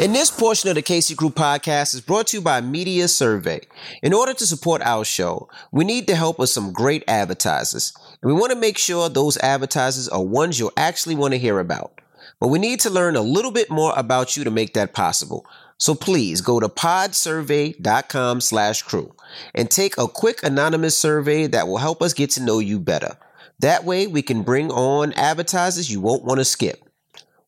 And this portion of the KC Crew podcast is brought to you by Media Survey. In order to support our show, we need the help of some great advertisers. And we want to make sure those advertisers are ones you'll actually want to hear about. But we need to learn a little bit more about you to make that possible. So please go to podsurvey.com slash crew and take a quick anonymous survey that will help us get to know you better. That way we can bring on advertisers you won't want to skip.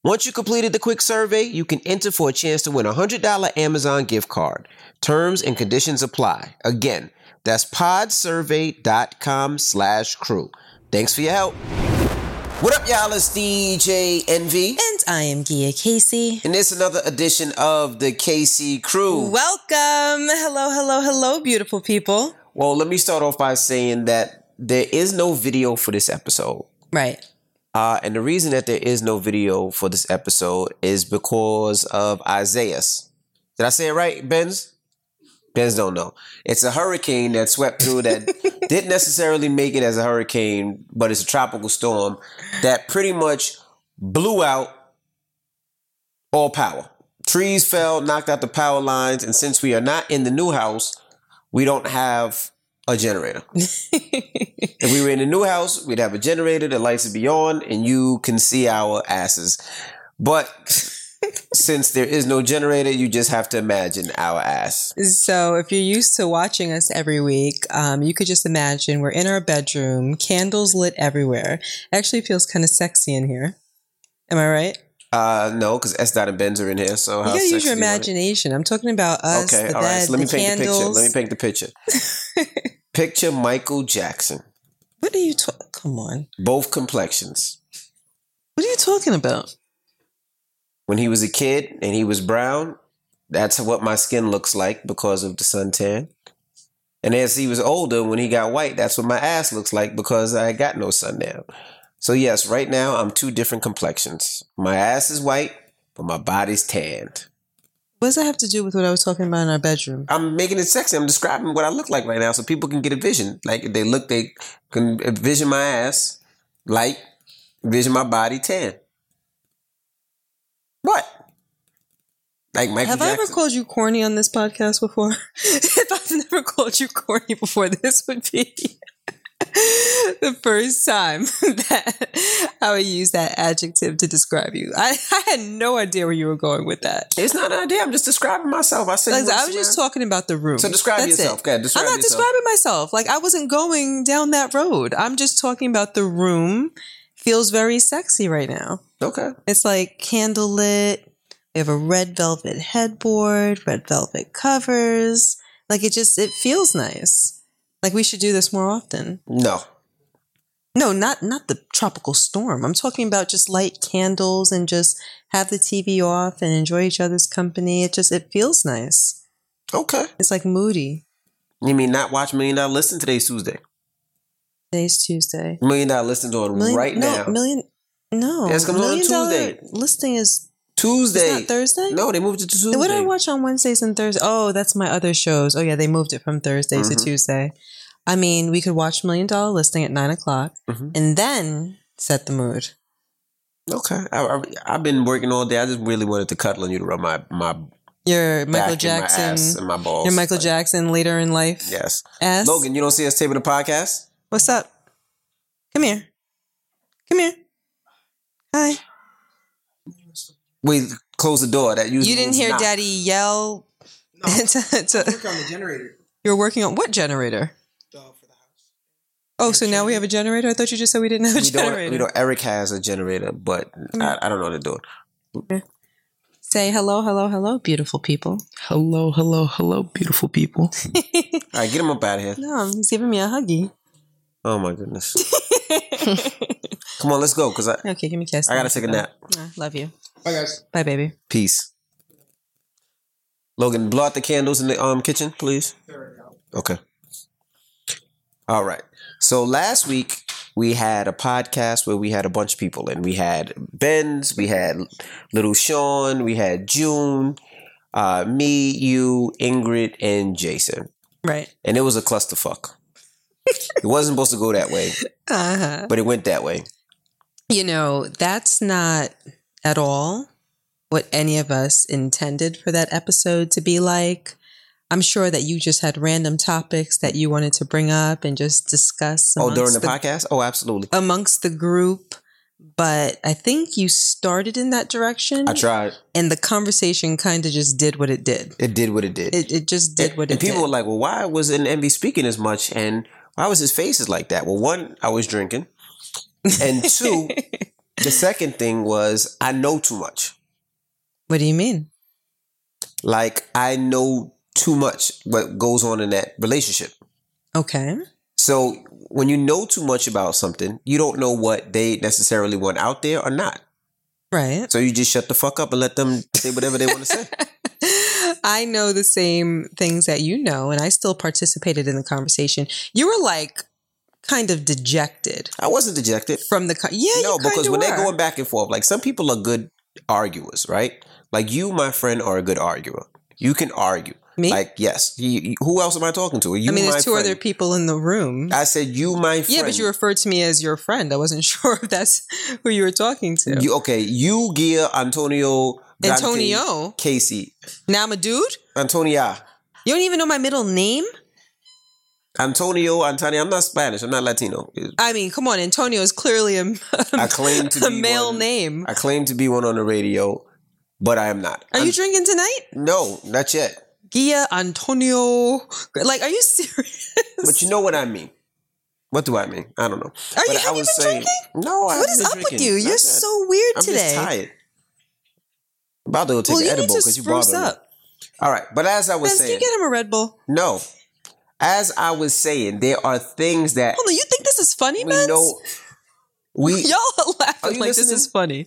Once you completed the quick survey, you can enter for a chance to win a $100 Amazon gift card. Terms and conditions apply. Again, that's podsurvey.com slash crew. Thanks for your help. What up, y'all? It's DJ NV. And I am Gia Casey. And it's another edition of the KC Crew. Welcome. Hello, hello, hello, beautiful people. Well, let me start off by saying that there is no video for this episode. Right. Uh, and the reason that there is no video for this episode is because of Isaiah's. Did I say it right, Benz? Benz don't know. It's a hurricane that swept through that didn't necessarily make it as a hurricane, but it's a tropical storm that pretty much blew out all power. Trees fell, knocked out the power lines, and since we are not in the new house, we don't have a generator. If we were in a new house, we'd have a generator, the lights would be on, and you can see our asses. But since there is no generator, you just have to imagine our ass. so, if you're used to watching us every week, um, you could just imagine we're in our bedroom, candles lit everywhere. Actually, feels kind of sexy in here. Am I right? Uh, no, because S. Dot and Benz are in here, so you how gotta use sexy your do you want it? imagination. I'm talking about us. Okay, the all right. bed, So let me the paint the picture. candles. Let me paint the picture. picture Michael Jackson, What are you? Ta- Come on. both complexions. What are you talking about? When he was a kid and he was brown, that's what my skin looks like because of the suntan. And as he was older, when he got white, that's what my ass looks like because I got no sundown. So yes, right now I'm two different complexions. My ass is white, but my body's tanned. What does that have to do with what I was talking about in our bedroom? I'm making it sexy. I'm describing what I look like right now, so people can get a vision. Like if they look, they can envision my ass light, vision my body tan. What? Like Michael Have I Jackson? ever called you corny on this podcast before? if I've never called you corny before, this would be the first time that I would use that adjective to describe you. I, I had no idea where you were going with that. it's not an idea. I'm just describing myself. I said Like, you I wanna was smile. just talking about the room. So describe That's yourself. it. Go ahead, describe I'm not yourself. describing myself. Like I wasn't going down that road. I'm just talking about the room. Feels very sexy right now. Okay. It's like candlelit. We have a red velvet headboard, red velvet covers. Like it just it feels nice. Like we should do this more often. No. No, not not the tropical storm. I'm talking about just light candles and just have the TV off and enjoy each other's company. It just it feels nice. Okay. It's like moody. You mean not watch Million Dollar Listen today's Tuesday? Today's Tuesday. Million Dollar Listen on Million- right no, now. Million no. Yes, comes on million Tuesday. dollar listing is Tuesday. it's not Thursday? No, they moved it to Tuesday. Then What did I watch on Wednesdays and Thursdays? Oh, that's my other shows. Oh yeah, they moved it from Thursdays Mhm. to Tuesday. I mean, we could watch Million Dollar Listing at nine o'clock Mhm. and then set the mood. Okay. I, I, I've been working all day. I just really wanted to cuddle on you to rub my my back Your Michael and my ass Jackson, and my balls. your Michael Like, Jackson later in life. Yes. Ass. Logan, you don't see us taping the podcast? what's up? Come here. Come here. Hi. We close the door. That usually You didn't means hear knock. Daddy yell. No, to- to- I work on the generator you're working on what generator? though for the house. Oh, so now we have a generator. I thought you just said we didn't have a We generator. Mm. don't, we don't. Eric has a generator, but I, I don't know how to do it. Say hello, hello, hello, beautiful people. Hello, hello, hello, beautiful people. All right, get him up out of here. No, he's giving me a huggy. Oh my goodness. Come on, let's go because I, Okay, give me a kiss. I gotta take a nap. Mwah, Love you. Bye guys. Bye, baby. Peace. Logan, blow out the candles in the um kitchen, please. Okay. All right. So last week we had a podcast where we had a bunch of people, and we had Benz, we had Little Sean, we had June, uh, me, you, Ingrid, and Jason, Right. and it was a clusterfuck. it wasn't supposed to go that way, Uh-huh. but it went that way. You know, that's not at all what any of us intended for that episode to be like. I'm sure that you just had random topics that you wanted to bring up and just discuss. Oh, during amongst the, podcast? Oh, absolutely. amongst the group, but I think you started in that direction. I tried. And the conversation kind of just did what it did. It did what it did. It, it just did what and it people did. were like, "Well, why was an MB speaking as much, and why was his faces like that?" Well, one, I was drinking, and two, the second thing was I know too much. what do you mean? Like I know too much what goes on in that relationship. Okay. So when you know too much about something, you don't know what they necessarily want out there or not. Right. So you just shut the fuck up and let them say whatever they want to say. I know the same things that you know, and I still participated in the conversation. You were like kind of dejected I wasn't dejected. from the con- yeah. no, you because when they're they're going back and forth, like some people are good arguers, right? Like you, my friend, are a good arguer. You can argue. me, Like yes, you, you- who else am I talking to? You, I mean, my there's two friend. other people in the room. I said you, my friend. yeah, but you referred to me as your friend. I wasn't sure if that's who you were talking to. You- okay. You, Gia, Antonio, Dante, Antonio. Casey, Now I'm a dude. Antonia, You don't even know my middle name. Antonio, Antonia. I'm not Spanish. I'm not Latino. I mean, come on, Antonio is clearly a, I claim to a be male one- name. I claim to be one on the radio, but I am not. Are I'm- you drinking tonight? No, not yet. Gia Antonio. Like, are you serious? But you know what I mean. What do I mean? I don't know. Are But you, I have you been was saying- drinking? No, I What haven't is been up with drinking. you? Not You're yet. so weird I'm today. just tired. About to go take well, an you need edible to because you brought spruce it. up. All right, but as I was Vince, can saying, you get him a Red Bull? no. As I was saying, there are things that Hold on, you think this is funny, we Vince? know. We Y'all are laughing you like this is listening? funny.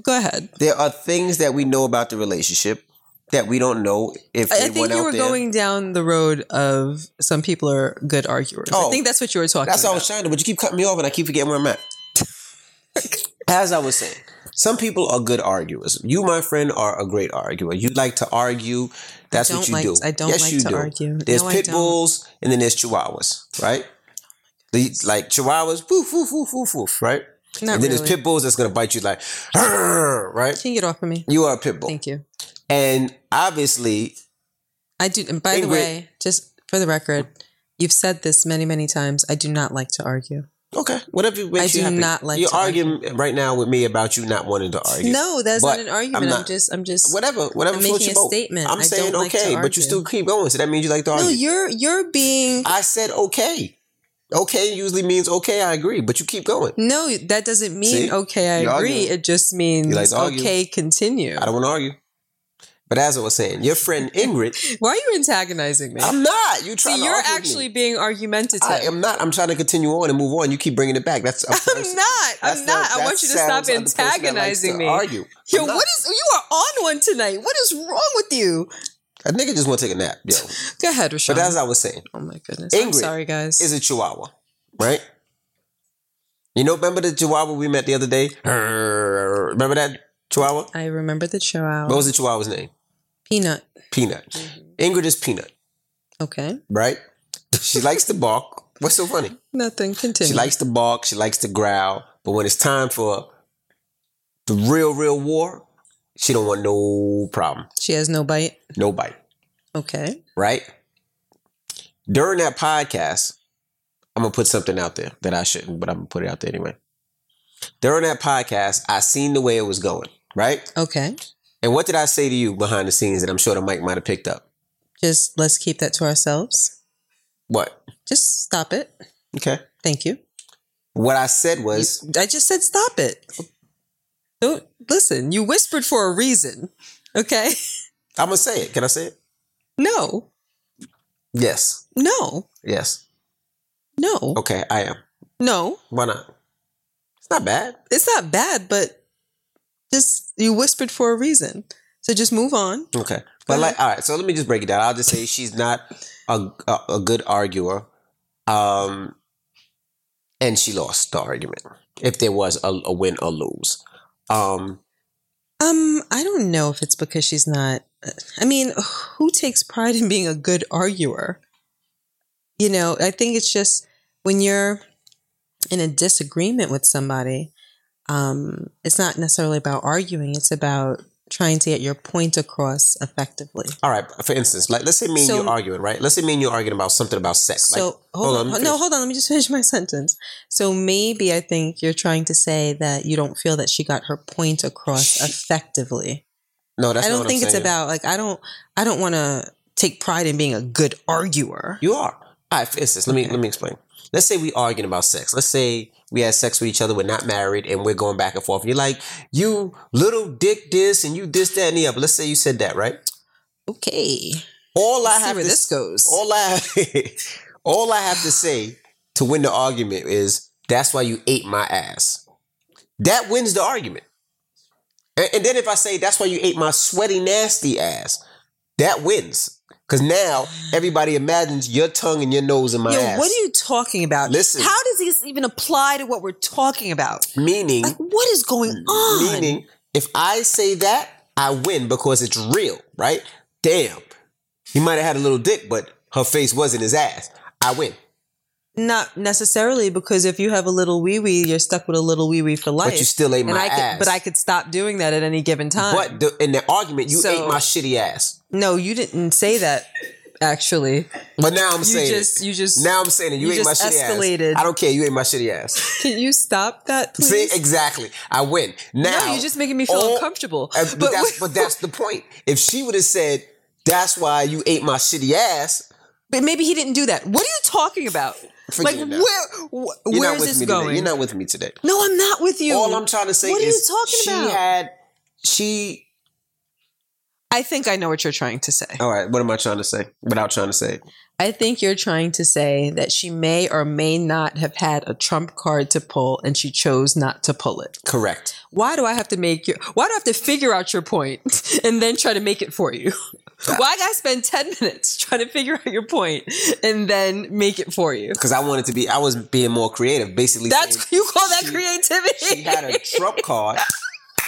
Go ahead. there are things that we know about the relationship that we don't know if I, I anyone think you out were there. going down the road of some people are good arguers. I Oh. think that's what you were talking That's how I about. was trying to, but you keep cutting me off and I keep forgetting where I'm at. As I was saying, some people are good arguers. You, my friend, are a great arguer. You like to argue. That's I don't what you like, do. I don't yes, like you to do. argue. There's no, pit I don't. bulls and then there's chihuahuas, right? The, like chihuahuas, woof, woof, woof, woof, woof, right? Not and then really. there's pit bulls that's going to bite you like, "Arr," right? Can you get off of me? You are a pit bull. Thank you. And obviously, I do. And by the Ingrid- way, just for the record, you've said this many, many times. I do not like to argue. okay, whatever makes I you do happy. not like You're to argue. arguing right now with me about you not wanting to argue. No, that's But not an argument. I'm, not- just, I'm just. Whatever, whatever I'm floats making your a boat. statement. I'm I saying don't like to okay, but argue. you still keep going, so that means you like to argue. No, you're you're being I said okay. Okay usually means okay, I agree, but you keep going. no. That doesn't mean See? okay. I You agree. argue. It just means You like to argue. okay. Continue. I don't want to argue. But as I was saying, your friend Ingrid, Why are you antagonizing me? I'm not. You trying See, to you're argue with actually me. being argumentative. I am not. I'm trying to continue on and move on. You keep bringing it back. That's I'm, I'm not. that's I'm the- not. I that want you to sounds stop like the person that likes to antagonizing me. Argue. Yo, I'm not. what is you are on one tonight? What is wrong with you? A nigga just want to take a nap, yo. Go ahead, Rashawn. But as I was saying, oh my goodness, I'm Ingrid sorry, guys. is a Chihuahua, right? You know, remember the Chihuahua we met the other day? Remember that Chihuahua? I remember the chihuahua. What was the Chihuahua's name? Peanut. Peanut. Ingrid is Peanut, Okay, right? She likes to bark. What's so funny? nothing. Continue. She likes to bark. She likes to growl. But when it's time for the real, real war, she don't want no problem, she has no bite. no bite, Okay. right? During that podcast, I'm gonna put something out there that I shouldn't, but I'm gonna put it out there anyway. During that podcast, I seen the way it was going, right? Okay. And what did I say to you behind the scenes that I'm sure the mic might have picked up? Just let's keep that to ourselves. What? Just stop it. Okay. Thank you. What I said You- was, I just said stop it. Don't listen. You whispered for a reason. Okay. I'm gonna say it. Can I say it? No. Yes. No. Yes. No. Okay, I am. No. Why not? It's not bad. It's not bad, but just you whispered for a reason. So just move on. Okay. But like, all right. So let me just break it down. I'll just say she's not a a, a good arguer, um, and she lost the argument. If there was a, a win or lose, um, Um, I don't know if it's because she's not. I mean, who takes pride in being a good arguer? You know, I think it's just when you're in a disagreement with somebody, um, it's not necessarily about arguing. It's about trying to get your point across effectively. All right. For instance, like let's say me and So- you're arguing, right? Let's say me and you're arguing about something about sex. So like, hold, let on. me No, finish. hold on. Let me just finish my sentence. So maybe I think you're trying to say that you don't feel that she got her point across effectively. no, that's I not don't what think I'm it's saying. about like I don't I don't want to take pride in being a good arguer. You are. All right. For instance, let me let me explain. Let's say we arguing about sex. Let's say we had sex with each other. We're not married, and we're going back and forth. You're like, you little dick, this, and you this, that, and the other. Let's say you said that, right? Okay. All I Let's see have where to Oh, this goes. all I all I have to say to win the argument is that's why you ate my ass. That wins the argument. And, and then if I say that's why you ate my sweaty nasty ass, that wins. Cause now everybody imagines your tongue and your nose in my Yo, ass. what are you talking about? Listen. How does this even apply to what we're talking about? meaning Like, what is going on? Mm, meaning if I say that, I win because it's real, right? Damn. He might have had a little dick, but her face wasn't his ass. I win. Not necessarily because if you have a little wee wee, you're stuck with a little wee wee for life. But you still ate my and I ass. could, but I could stop doing that at any given time. But the, in the argument, you So- ate my shitty ass. No, you didn't say that. Actually, But now I'm you saying it. just you just now I'm saying it. You, you ate my just shitty escalated. ass. I don't care. You ate my shitty ass. can you stop that, please? See, exactly. I win. Now no, you're just making me feel all- uncomfortable. uh, But, that's, but that's the point. If she would have said, "That's why you ate my shitty ass," but maybe he didn't do that. What are you talking about? Forget like it now. where wh- you're where not is with this me going? today. You're not with me today. no, I'm not with you. All I'm trying to say What are you is, talking she about? had she. I think I know what you're trying to say. All right, what am I trying to say without trying to say? it? I think you're trying to say that she may or may not have had a trump card to pull and she chose not to pull it. Correct. Why do I have to make your why do I have to figure out your point and then try to make it for you? Why gotta spend 10 minutes trying to figure out your point and then make it for you? Because I wanted to be. I was being more creative. Basically, saying- That's you call that She- creativity. she had a trump card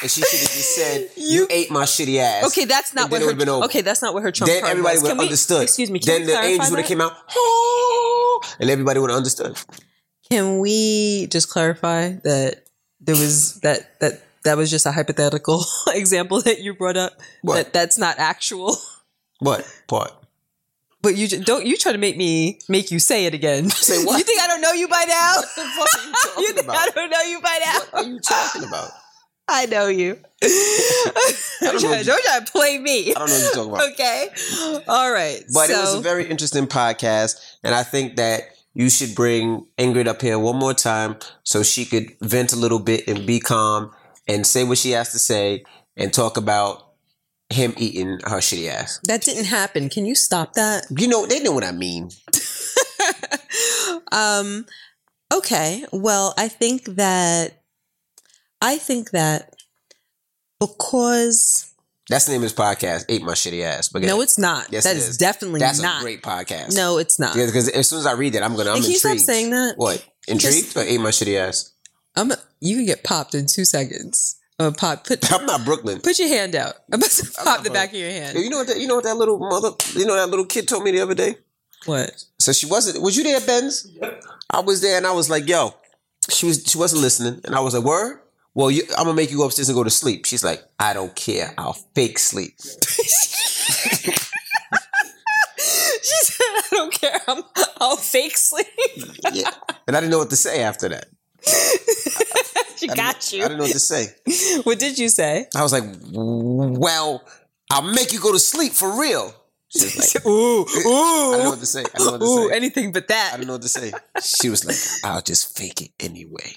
and she should have just said you, ate my shitty ass Okay, that's not And then what it her. would've been over. Okay, that's not what her trump then card everybody was. would Can have we- understood Excuse me. Can then we the clarify angels would that? have came out "Oh," and everybody would have understood Can we just clarify that there was that that that was just a hypothetical example that you brought up? What? That that's not actual. what part But you ju- don't you try to make me make you say it again. Say what? You think I don't know you by now? the fuck are you talking you think I don't know you by now? what are you talking about I know you. don't, don't know try, you- don't try to play i me. don't know what you're talking about Okay. All right. but so, it was a very interesting podcast and i think that you should bring ingrid up here one more time so she could vent a little bit and be calm and say what she has to say and talk about him eating her shitty ass that didn't happen. Can you stop that? You know, they know what I mean. um okay well i think that i think that because That's the name of this podcast, Ate My Shitty Ass. But no it's not Yes, that it is. is. definitely that's not a great podcast. no it's not because as soon as I read that, I'm gonna. I'm Hey, can you intrigued. stop saying that What intrigued? But ate my shitty ass. i'm you can get popped in two seconds uh, pop put, I'm not Brooklyn. put your hand out i'm about to not pop the hurt. back of your hand You know what? That, you know what that little mother. You know that little kid told me the other day. what So she wasn't. Was you there, Benz? I was there, and I was like, "Yo," she was. She wasn't listening, and I was like, "Word." Well, you, I'm gonna make you go upstairs and go to sleep. She's like, "I don't care. I'll fake sleep." she said i don't care i'm i'll fake sleep Yeah. and I didn't know what to say after that. she I didn't- got I you didn't know what to say. what did you say I was like, well, I'll make you go to sleep for real. She was like, ooh I don't know ooh what to say. I don't know ooh what to say. anything but I that don't know what to say. She was like, I'll just fake it anyway.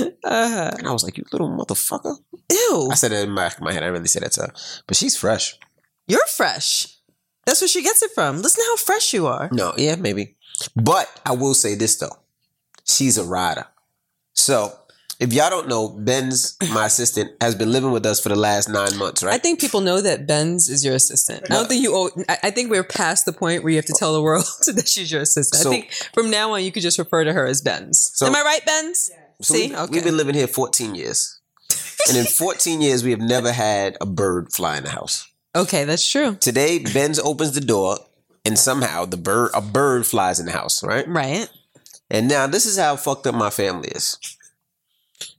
uh-huh. And I was like, you little motherfucker. Ew, I said it in my, my head. I didn't really said that to her. But she's fresh. you're fresh. That's where she gets it from. Listen to how fresh you are. No, yeah, maybe. But I will say this, though. She's a rider. So if y'all don't know, Ben's, my assistant, has been living with us for the last nine months, right? I think people know that Ben's is your assistant. I don't think you. Owe, I I think we're past the point where you have to tell the world that she's your assistant. So- I think from now on you could just refer to her as Ben's. So- Am I right, Ben's? So See, we've, okay. we've been living here 14 years. and in 14 years, we have never had a bird fly in the house. Okay, that's true. Today, Benz opens the door, and somehow the bird a bird flies in the house, right? Right. And now this is how fucked up my family is.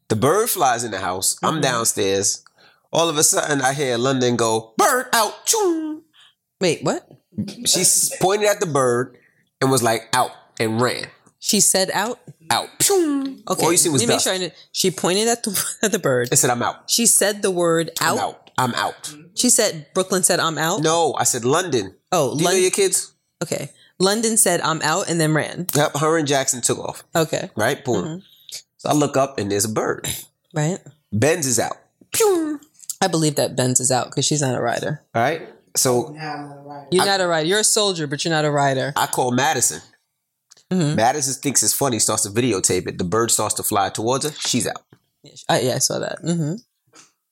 The bird flies in the house. I'm Mhm. downstairs. All of a sudden, I hear London go, bird out. Choom. Wait, what? She s- pointed at the bird and was like, out, and ran. She said out. Out. Choom. Okay. All you see was let me make dust. sure I did- She pointed at the at the bird. I said, I'm out. She said the word I'm out. out. I'm out. She said Brooklyn said I'm out. No, I said London. Oh, Do you know Lon- your kids? okay. London said I'm out and then ran. Yep, her and Jackson took off. Okay. Right? Boom. So I look up and there's a bird. Right. Benz is out. Pew. I believe that Benz is out because she's not a rider. All right. So Now I'm right. You're not a rider. You're a soldier, but you're not a rider. I call Madison. Mhm. Madison thinks it's funny, starts to videotape it. The bird starts to fly towards her. She's out. I, yeah, I saw that. hmm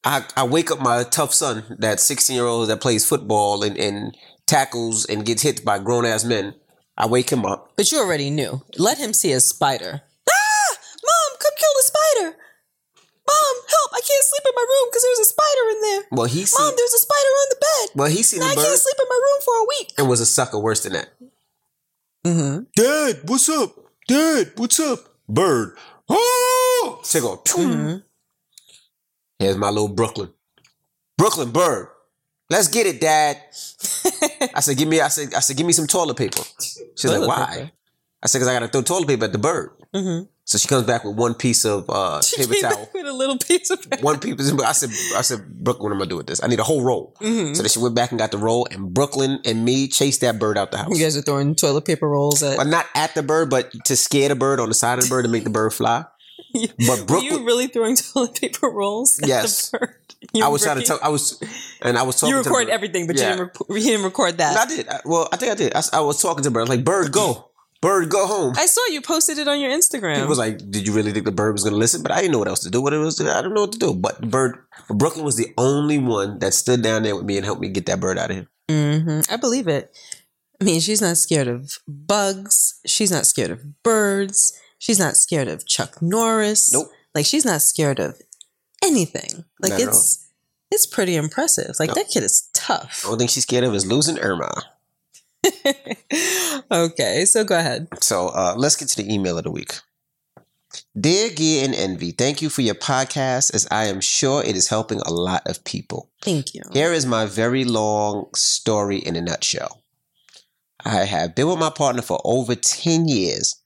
I, I wake up my tough son, that 16 year old that plays football and, and tackles and gets hit by grown ass men. I wake him up. But you already knew. Let him see a spider. Ah! Mom, come kill the spider. Mom, help! I can't sleep in my room because there's a spider in there. Well, he seen, Mom, there's a spider on the bed. well, he seen Now I the bird can't sleep in my room for a week. and was a sucker worse than that. Mm-hmm. Dad, what's up? Dad, what's up? Bird. Oh! Tickle. Mm-hmm. Here's my little Brooklyn. Brooklyn bird. Let's get it, Dad. I said, give me. I said, I said, give me some toilet paper. She's like, Toilet why? paper. I said, because I gotta throw toilet paper at the bird. Mm-hmm. So she comes back with one piece of uh, paper towel. with a little piece of paper. One piece. I said, I said, Brooklyn, what am I gonna do with this? I need a whole roll. Mhm. So then she went back and got the roll, and Brooklyn and me chased that bird out the house. You guys are throwing toilet paper rolls at. But Uh, not at the bird, but to scare the bird on the side of the bird to make the bird fly. But Were Brooklyn, you really throwing toilet paper rolls? At Yes. The bird? You I were was trying to breaking- talk. I was, and I was talking. You to the record bird. everything, but Yeah. you, didn't rec- you didn't record And I that. did. I, well, I think I did. I, s- I was talking to the bird. I was like, "Bird, go. Bird, go home." I saw you posted it on your Instagram. People was like, "Did you really think the bird was going to listen?" But I didn't know what else to do. What it was, I don't know what to do. But the bird, Brooklyn was the only one that stood down there with me and helped me get that bird out of here. hmm I believe it. I mean, she's not scared of bugs. She's not scared of birds. She's not scared of Chuck Norris. Nope. Like she's not scared of anything. Like Not at it's it's pretty impressive. Like No. that kid is tough. Only thing she's scared of is losing Irma. Oh. okay, so go ahead. So uh, let's get to the email of the week. Dear Gear and Envy, thank you for your podcast, as I am sure it is helping a lot of people. Thank you. Here is my very long story in a nutshell. I have been with my partner for over 10 years.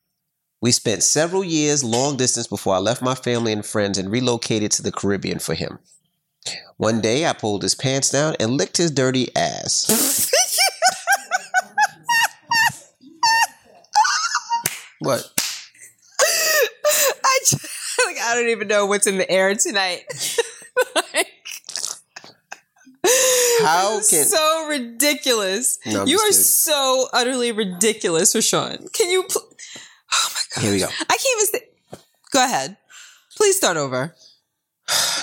We spent several years long distance before I left my family and friends and relocated to the Caribbean for him. One day I pulled his pants down and licked his dirty ass. what? I just, like I don't even know what's in the air tonight. like, How this can- is so ridiculous? No, I'm you just are kidding. so utterly ridiculous, Rashawn. Can you? Pl- oh my god! Here we go. I can't even. St- go ahead. Please start over.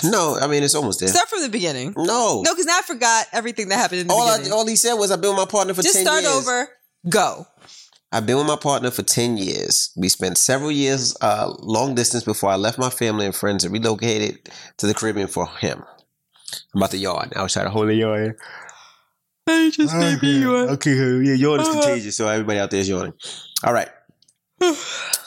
No, I mean, it's almost there. Start from the beginning. No. No, because now I forgot everything that happened in the all, I, beginning. all he said was, I've been with my partner for just 10 start years. over. Go. I've been with my partner for 10 years. We spent several years uh, long distance before I left my family and friends and relocated to the Caribbean for him. I'm about to yawn. I was trying to hold a yawn. I just made me yawn. Okay, yeah, yawn is Uh-huh. contagious, so everybody out there is yawning. All right.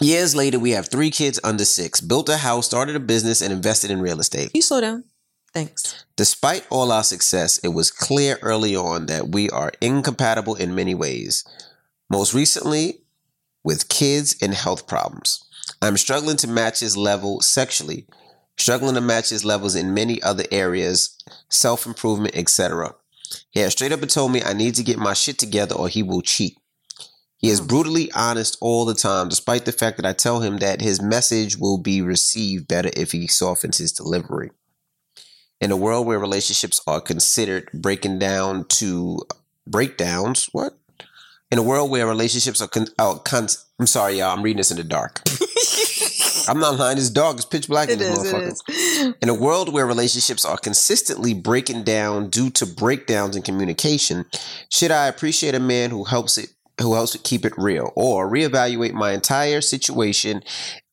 Years later, we have three kids under six, built a house, started a business, and invested in real estate. You slow down. Thanks. Despite all our success, it was clear early on that we are incompatible in many ways. Most recently, with kids and health problems. I'm struggling to match his level sexually, struggling to match his levels in many other areas, self improvement, etc. He has straight up and told me I need to get my shit together or he will cheat. He Hmm. is brutally honest all the time, despite the fact that I tell him that his message will be received better if he softens his delivery in a world where relationships are considered breaking down to breakdowns what in a world where relationships are con- oh, con- i'm sorry y'all i'm reading this in the dark i'm not lying this dog is pitch black in It this is. motherfucker It is. in a world where relationships are consistently breaking down due to breakdowns in communication, should I appreciate a man who helps it who helps to keep it real or reevaluate my entire situation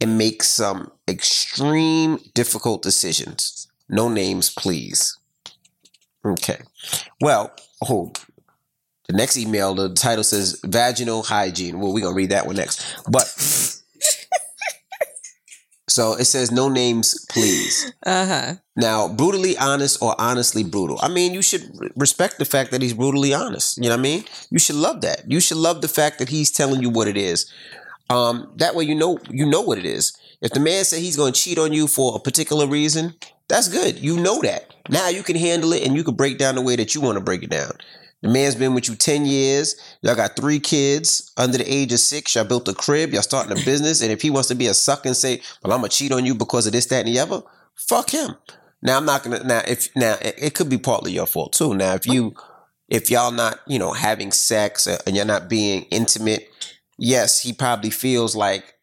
and make some extreme difficult decisions? No names, please. Okay. Well, oh, the next email, the title says vaginal hygiene. Well, we're gonna read that one next. But So it says no names, please. Uh huh. Now, brutally honest or honestly brutal. I mean, you should re- respect the fact that he's brutally honest. You know what I mean? You should love that. You should love the fact that he's telling you what it is. Um, that way, you know you know what it is. If the man said he's going to cheat on you for a particular reason, that's good. You know that. Now you can handle it and you can break down the way that you want to break it down. The man's been with you 10 years. Y'all got three kids under the age of six. Y'all built a crib. Y'all starting a business. And if he wants to be a suck and say, well, I'm going to cheat on you because of this, that, and the other, fuck him. Now I'm not gonna. Now if now it, it could be partly your fault too. Now if you if y'all not you know having sex uh, and you're not being intimate, yes, he probably feels like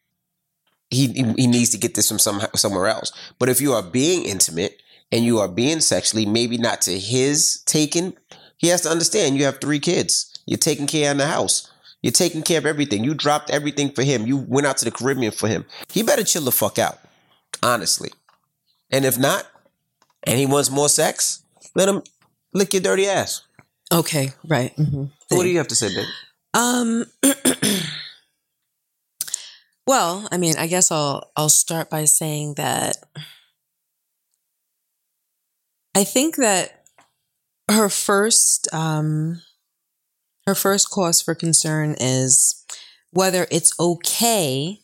he he needs to get this from some somewhere else. But if you are being intimate and you are being sexually, maybe not to his taking, he has to understand. You have three kids. You're taking care of the house. You're taking care of everything. You dropped everything for him. You went out to the Caribbean for him. He better chill the fuck out, honestly. And if not, and he wants more sex, let him lick your dirty ass. Okay. Right. Mm-hmm. So What do you have to say, Dick? Um. well, I mean, I guess I'll I'll start by saying that I think that her first um her first cause for concern is whether it's okay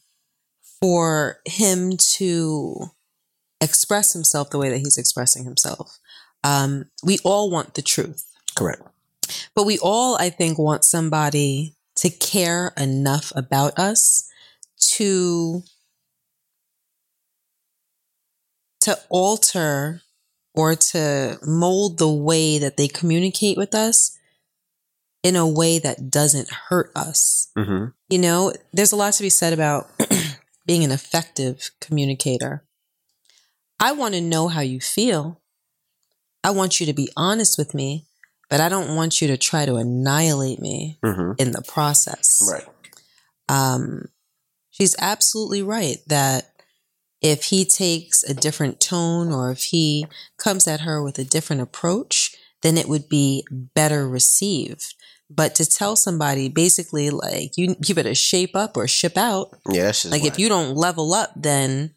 for him to express himself the way that he's expressing himself. Um, we all want the truth. Correct. But we all, I think, want somebody to care enough about us to to alter or to mold the way that they communicate with us in a way that doesn't hurt us. Mm-hmm. You know, there's a lot to be said about being an effective communicator. I want to know how you feel. I want you to be honest with me, but I don't want you to try to annihilate me Mm-hmm. in the process. Right. Um, she's absolutely right that if he takes a different tone or if he comes at her with a different approach, then it would be better received. But to tell somebody basically like you you better shape up or ship out, Yeah, that's just like if you don't level up, then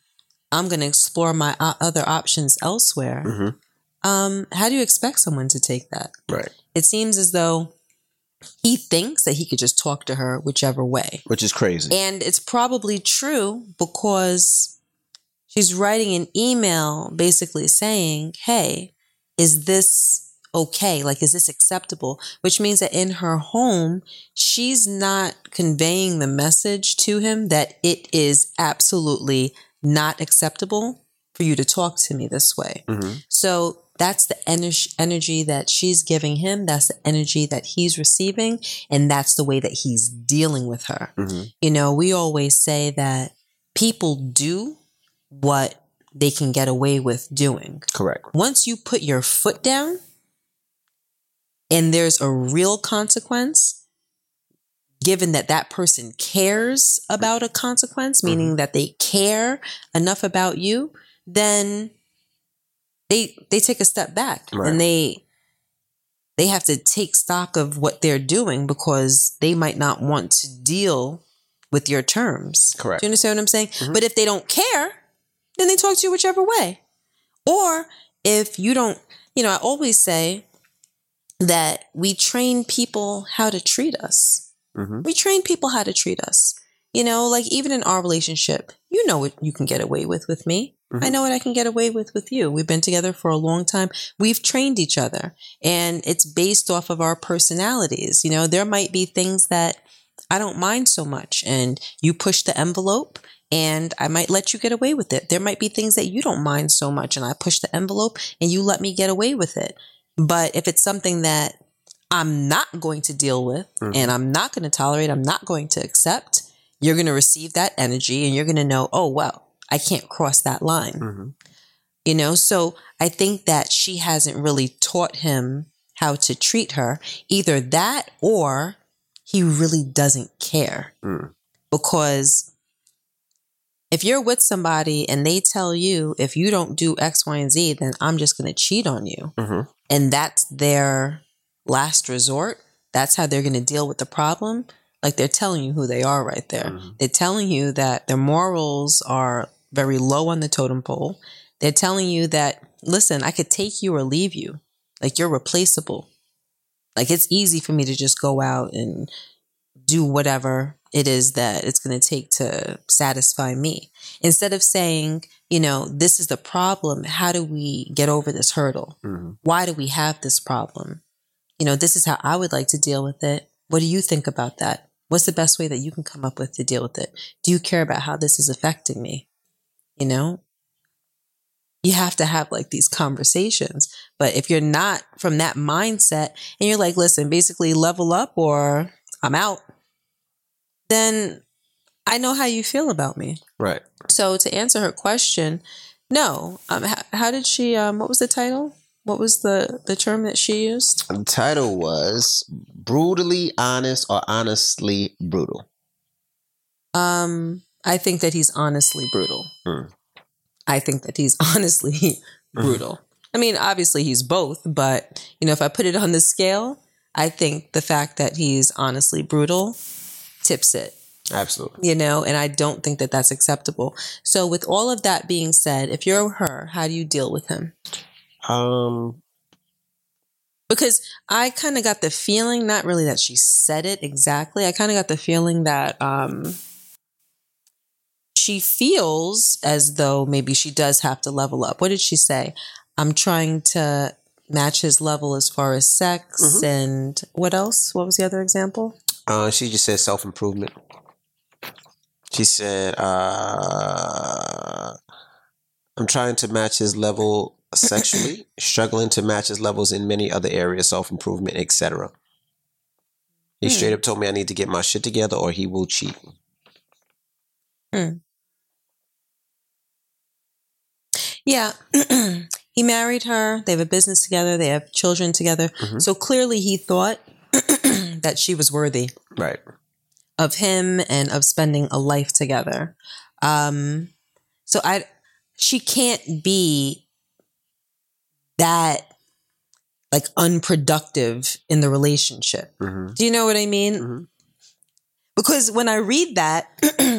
I'm going to explore my o- other options elsewhere. Mm-hmm. Um, how do you expect someone to take that? Right. It seems as though he thinks that he could just talk to her whichever way. Which is crazy. And it's probably true because she's writing an email basically saying, Hey, is this okay? Like, is this acceptable? Which means that in her home, she's not conveying the message to him that it is absolutely not acceptable for you to talk to me this way. mm-hmm. So that's the ener- energy that she's giving him. That's the energy that he's receiving. And that's the way that he's dealing with her. Mm-hmm. You know, we always say that people do what they can get away with doing. Correct. Once you put your foot down and there's a real consequence, given that that person cares about a consequence, meaning that they care enough about you, then they they take a step back Right. and they they have to take stock of what they're doing because they might not want to deal with your terms. Correct. Do you understand what I'm saying? Mhm. But if they don't care, then they talk to you whichever way. Or if you don't, you know, I always say that we train people how to treat us. Mm-hmm. We train people how to treat us. You know, like even in our relationship, you know what you can get away with with me. Mhm. I know what I can get away with with you. We've been together for a long time. We've trained each other and it's based off of our personalities. You know, there might be things that I don't mind so much and you push the envelope and I might let you get away with it. There might be things that you don't mind so much and I push the envelope and you let me get away with it. But if it's something that I'm not going to deal with Mhm. and I'm not going to tolerate, I'm not going to accept, you're going to receive that energy and you're going to know, oh, well, I can't cross that line. Mm-hmm. You know, so I think that she hasn't really taught him how to treat her. Either that or he really doesn't care. Mm. Because if you're with somebody and they tell you, if you don't do X, Y, and Z, then I'm just going to cheat on you Mm-hmm. and that's their last resort, that's how they're going to deal with the problem. Like they're telling you who they are right there. Mhm. They're telling you that their morals are very low on the totem pole. They're telling you that, listen, I could take you or leave you. Like you're replaceable. Like it's easy for me to just go out and do whatever it is that it's going to take to satisfy me. Instead of saying, you know, this is the problem, how do we get over this hurdle? Mhm. Why do we have this problem? You know, this is how I would like to deal with it. What do you think about that? What's the best way that you can come up with to deal with it? Do you care about how this is affecting me? You know, you have to have like these conversations. But if you're not from that mindset and you're like, listen, basically level up or I'm out, then I know how you feel about me. Right. So to answer her question, no. Um, how, how did she? Um, what was the title? What was the the term that she used? The title was Brutally Honest or Honestly Brutal. Um, I think that he's honestly brutal. Mm. I think that he's honestly brutal. I mean, obviously he's both, but you know, if I put it on the scale, I think the fact that he's honestly brutal tips it. Absolutely. you know, and I don't think that that's acceptable. So, with all of that being said, if you're her, how do you deal with him? Um, Because I kind of got the feeling, not really that she said it exactly, I kind of got the feeling that um, she feels as though maybe she does have to level up. What did she say? I'm trying to match his level as far as sex Mhm. and what else? What was the other example? Uh, she just said self improvement. She said, uh, "I'm trying to match his level sexually, struggling to match his levels in many other areas, self improvement, etc." He Hmm. straight up told me I need to get my shit together, or he will cheat. Yeah. he married her. They have a business together. They have children together. Mhm. So clearly he thought that she was worthy Right. of him and of spending a life together. Um, so I, she can't be that like unproductive in the relationship. Mm-hmm. Do you know what I mean? Mhm. Because when I read that,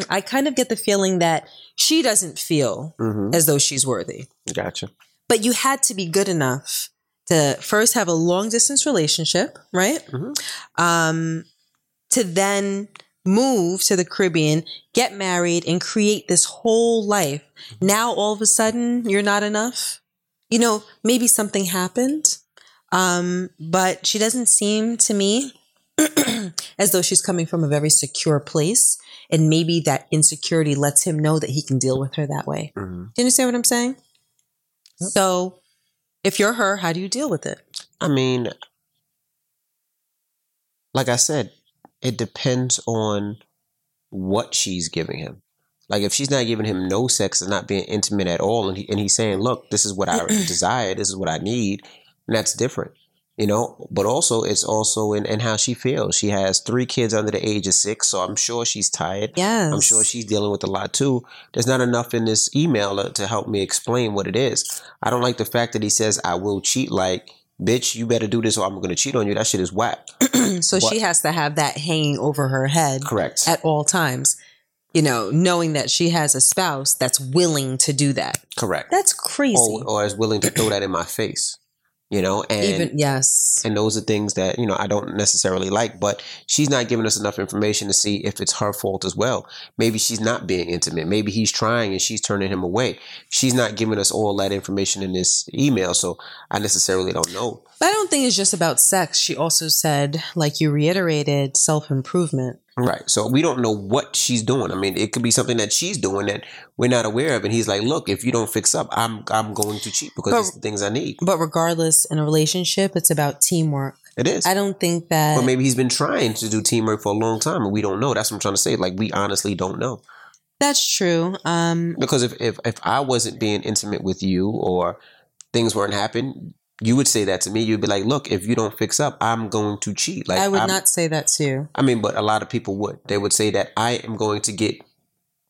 I kind of get the feeling that she doesn't feel Mm-hmm. as though she's worthy Gotcha. but you had to be good enough to first have a long distance relationship, right? Mhm. Um, to then move to the Caribbean, get married, and create this whole life. Now, all of a sudden, you're not enough. You know, maybe something happened, um, but she doesn't seem to me as though she's coming from a very secure place. And maybe that insecurity lets him know that he can deal with her that way. Mm-hmm. Do you understand what I'm saying? So, if you're her, how do you deal with it? I mean, like I said, it depends on what she's giving him. Like if she's not giving him no sex and not being intimate at all, and he, and he's saying, "Look, this is what I desire. This is what I need," and that's different, you know. But also, it's also in, in how she feels. She has three kids under the age of six, so I'm sure she's tired. Yes. I'm sure she's dealing with a lot too. There's not enough in this email to- to help me explain what it is. I don't like the fact that he says I will cheat. Like, bitch, you better do this or I'm going to cheat on you. That shit is whack. so she What? has to have that hanging over her head Correct. at all times, you know, knowing that she has a spouse that's willing to do that. Correct. That's crazy. Or, or is willing to throw that in my face. You know, and Even yes. and those are things that you know I don't necessarily like. But she's not giving us enough information to see if it's her fault as well. Maybe she's not being intimate. Maybe he's trying and she's turning him away. She's not giving us all that information in this email, so I necessarily don't know. But I don't think it's just about sex. She also said, like you reiterated, self improvement. Right. So we don't know what she's doing. I mean, it could be something that she's doing that we're not aware of, and he's like, "Look, if you don't fix up, I'm I'm going to cheat because But- it's the things I need." But regardless, in a relationship, it's about teamwork. It is. I don't think that. Or maybe he's been trying to do teamwork for a long time, and we don't know. That's what I'm trying to say. Like we honestly don't know. that's true. Um, because if, if if I wasn't being intimate with you or things weren't happening, you would say that to me. You'd be like, "Look, if you don't fix up, I'm going to cheat." Like I would I'm- not say that to you. I mean, but a lot of people would. They would say that I am going to get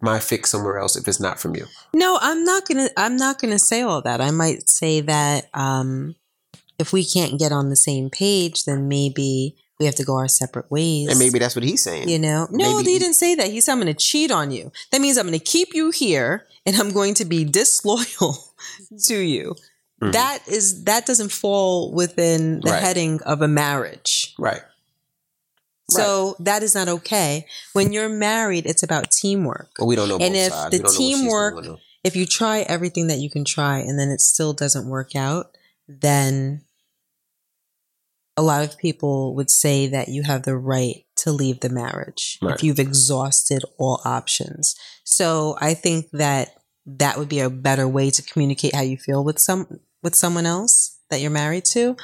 my fix somewhere else if it's not from you. No, I'm not gonna. I'm not gonna say all that. I might say that um, if we can't get on the same page, then maybe we have to go our separate ways. And maybe that's what he's saying. you know, no, maybe- he didn't say that. He said I'm going to cheat on you. That means I'm going to keep you here, and I'm going to be disloyal to you. Mhm. That is that doesn't fall within the Right. heading of a marriage. Right. So that is not okay. When you're married, it's about teamwork. But we don't know. And both if sides. the We don't know what she's teamwork- doing or- If you try everything that you can try and then it still doesn't work out, then a lot of people would say that you have the right to leave the marriage Right. if you've exhausted all options. So I think that that would be a better way to communicate how you feel with some with someone else that you're married to.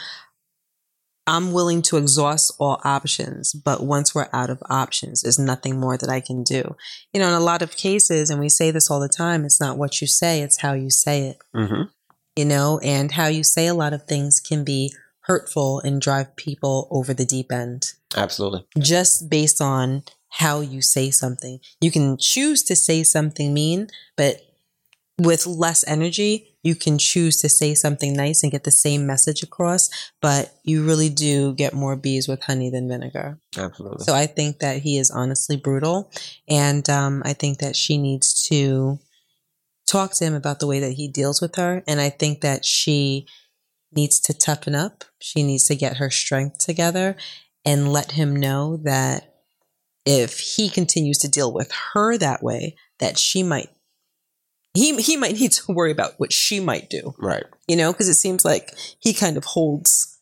I'm willing to exhaust all options, but once we're out of options, there's nothing more that I can do. You know, in a lot of cases, and we say this all the time, it's not what you say, it's how you say it Mhm. you know, and how you say a lot of things can be hurtful and drive people over the deep end Absolutely. just based on how you say something. You can choose to say something mean, but with less energy, you can choose to say something nice and get the same message across, but you really do get more bees with honey than vinegar. Absolutely. So I think that he is honestly brutal, and um, I think that she needs to talk to him about the way that he deals with her, and I think that she needs to toughen up. She needs to get her strength together and let him know that if he continues to deal with her that way, that she might he he might need to worry about what she might do right. you know, because it seems like he kind of holds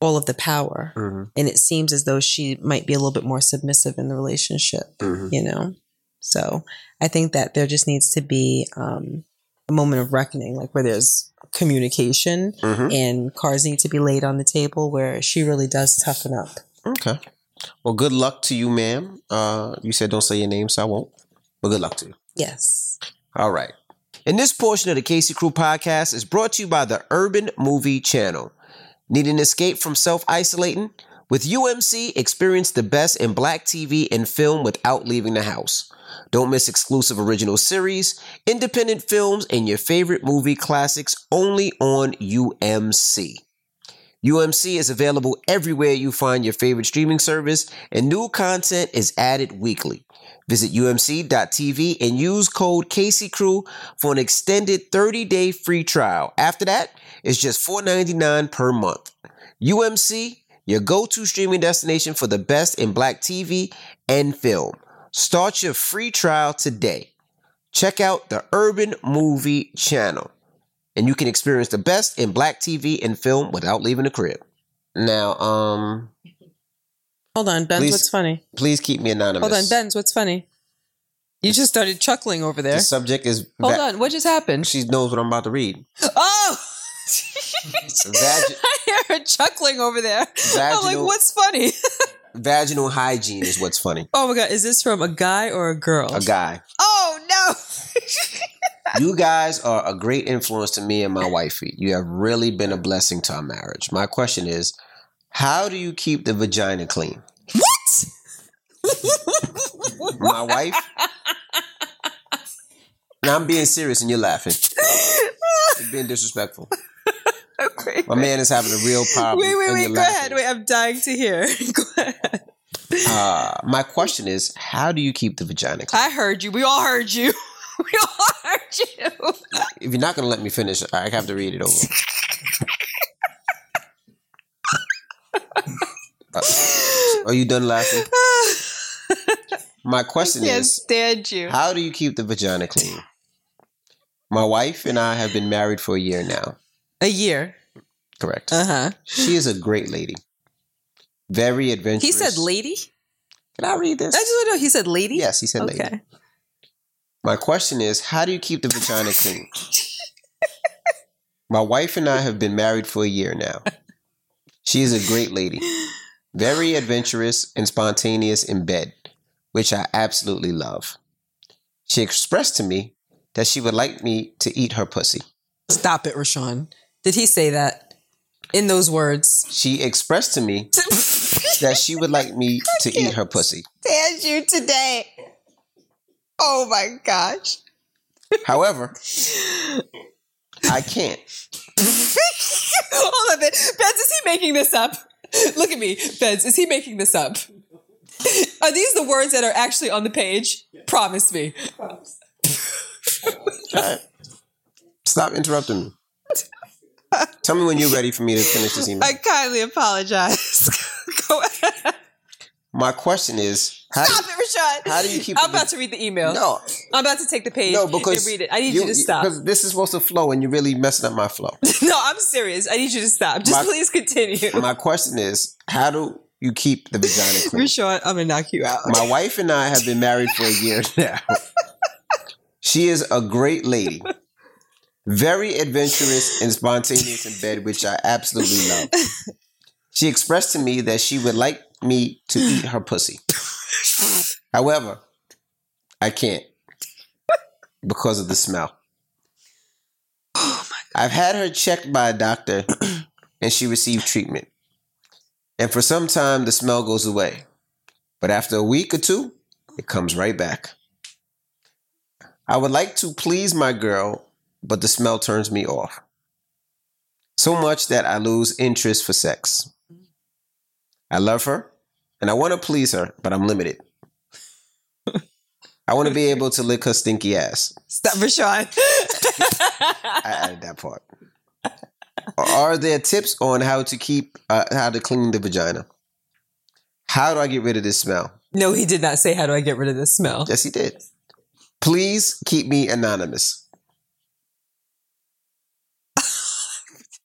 all of the power. Mhm. And it seems as though she might be a little bit more submissive in the relationship, Mhm. you know? So I think that there just needs to be um, a moment of reckoning, like where there's communication Mhm. and cards need to be laid on the table where she really does toughen up. Okay. Well, good luck to you, ma'am. Uh, you said don't say your name, so I won't. But good luck to you. Yes. All right. And this portion of the Casey Crew podcast is brought to you by the Urban Movie Channel. Need an escape from self isolating? With UMC, experience the best in black TV and film without leaving the house. Don't miss exclusive original series, independent films, and your favorite movie classics only on UMC. UMC is available everywhere you find your favorite streaming service, and new content is added weekly. Visit umc.tv and use code CaseyCrew for an extended 30-day free trial. After that, it's just $4.99 per month. UMC, your go-to streaming destination for the best in black TV and film. Start your free trial today. Check out the Urban Movie Channel, and you can experience the best in black TV and film without leaving the crib. Now, um, Hold on, Ben's Please- what's funny? please keep me anonymous. Hold on, Ben's what's funny? You just started chuckling over there. The subject is Hold va- on, what just happened? She knows what I'm about to read. Oh! Vag- I hear her chuckling over there. I'm like, Vaginal- what's funny? Vaginal hygiene is what's funny. Oh my God, is this from a guy or a girl? A guy. Oh no! You guys are a great influence to me and my wifey. You have really been a blessing to our marriage. My question is, how do you keep the vagina clean? My wife. Now I'm being serious and you're laughing. You're being disrespectful. Okay. My man is having a real problem. Wait, wait, and wait, you're go laughing. ahead. Wait, I'm dying to hear. Go ahead. Uh, my question is, how do you keep the vagina clean? I heard you. We all heard you. We all heard you. If you're not going to let me finish, I have to read it over. Uh, are you done laughing? My question Can't is stand you. how do you keep the vagina clean? My wife and I have been married for a year now. A year. Correct. Uh huh. she is a great lady. Very adventurous. He said lady? Can I read I this? just want to know. He said lady? Yes, he said lady. Okay. My question is, how do you keep the vagina clean? My wife and I have been married for a year now. She is a great lady, very adventurous and spontaneous in bed, which I absolutely love. She expressed to me that she would like me to eat her pussy. Stop it, Rashawn. Did he say that in those words? She expressed to me stand that she would like me to eat her pussy. you today. Oh my gosh. However, I can't. Hold on, Ben. Ben, is he making this up? Look at me, Benz. Is he making this up? Are these the words that are actually on the page? Promise me. Stop interrupting me. Tell me when you're ready for me to finish this email. I kindly apologize. Go ahead. My question is, how Stop it, Rashad. how do you keep I'm it- about to read the email. no, I'm about to take the page no, because and read it. I need you, to stop. Because this is supposed to flow, and you're really messing up my flow. no, I'm serious. I need you to stop. Just My- please continue. my question is, how do you keep the vagina clean? Rashad, I'm gonna knock you out. My wife and I have been married for a year now. she is a great lady, very adventurous and spontaneous in bed, which I absolutely love. She expressed to me that she would like me to eat her pussy. However, I can't because of the smell. I've had her checked by a doctor and she received treatment. And for some time, the smell goes away. But after a week or two, it comes right back. I would like to please my girl, but the smell turns me off. So much that I lose interest for sex. I love her and I want to please her, but I'm limited. I want to be able to lick her stinky ass. Stop, Rashad. I added that part. Are there tips on how to keep uh, how to clean the vagina? How do I get rid of this smell? no, he did not say, How do I get rid of this smell? Yes, he did. Please keep me anonymous.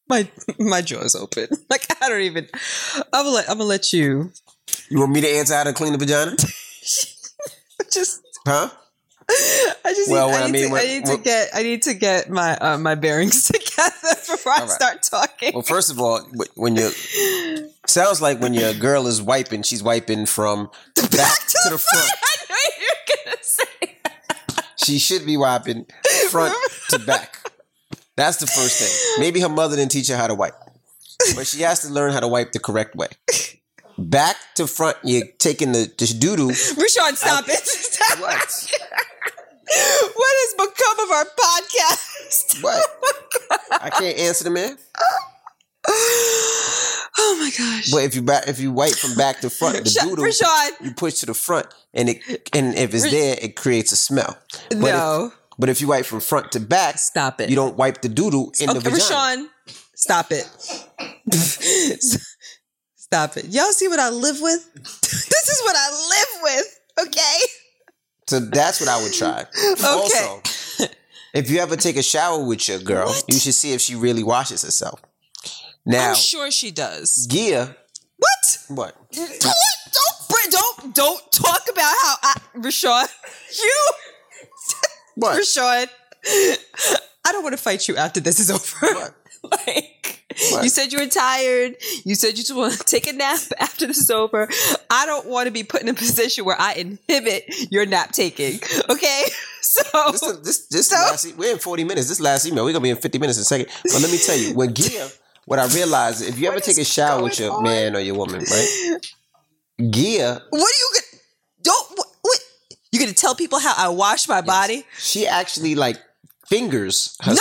My my jaw's open. Like I don't even I'm gonna let I'm gonna let you You want me to answer how to clean the vagina? just Huh? I just Well, need, what I, I need mean, to, what- I need to what- get I need to get my uh, my bearings together before I All right. start talking. Well, first of all, wh- when you sounds like when your girl is wiping, she's wiping from back to the front. I know you're gonna say She should be wiping front to back. That's the first thing. Maybe her mother didn't teach her how to wipe, but she has to learn how to wipe the correct way. Back to front, you're taking the, the doo doo. Rashawn, stop it. Stop. What? What has become of our podcast? What? I can't answer the man. Oh my gosh. But if you back, if you wipe from back to front, the Sha- doodle Rashawn, you push to the front, and it and if it's there, it creates a smell. But no. If, but if you wipe from front to back, Stop it. you don't wipe the doodle in the Okay, vagina. Rashawn, stop it. stop it. Y'all see what I live with? this is what I live with, okay? So that's what I would try. Also, if you ever take a shower with your girl, What? you should see if she really washes herself. Now, sure she does. Gia, What? what? Don't, don't, don't, don't talk about how I, Rashawn, you, What? Rashawn, I don't want to fight you after this is over. like, What? you said you were tired. You said you just want to take a nap after this is over. I don't want to be put in a position where I inhibit your nap taking. Okay? So, this this this last e- we're in 40 minutes. This last email, we're gonna be in 50 minutes in a second. But let me tell you, when Gia, what I realized is if you ever take a shower with your man or your woman, right? Gia, what are you going to, don't, what, what, you going to tell people how I wash my body? she actually like fingers her, No,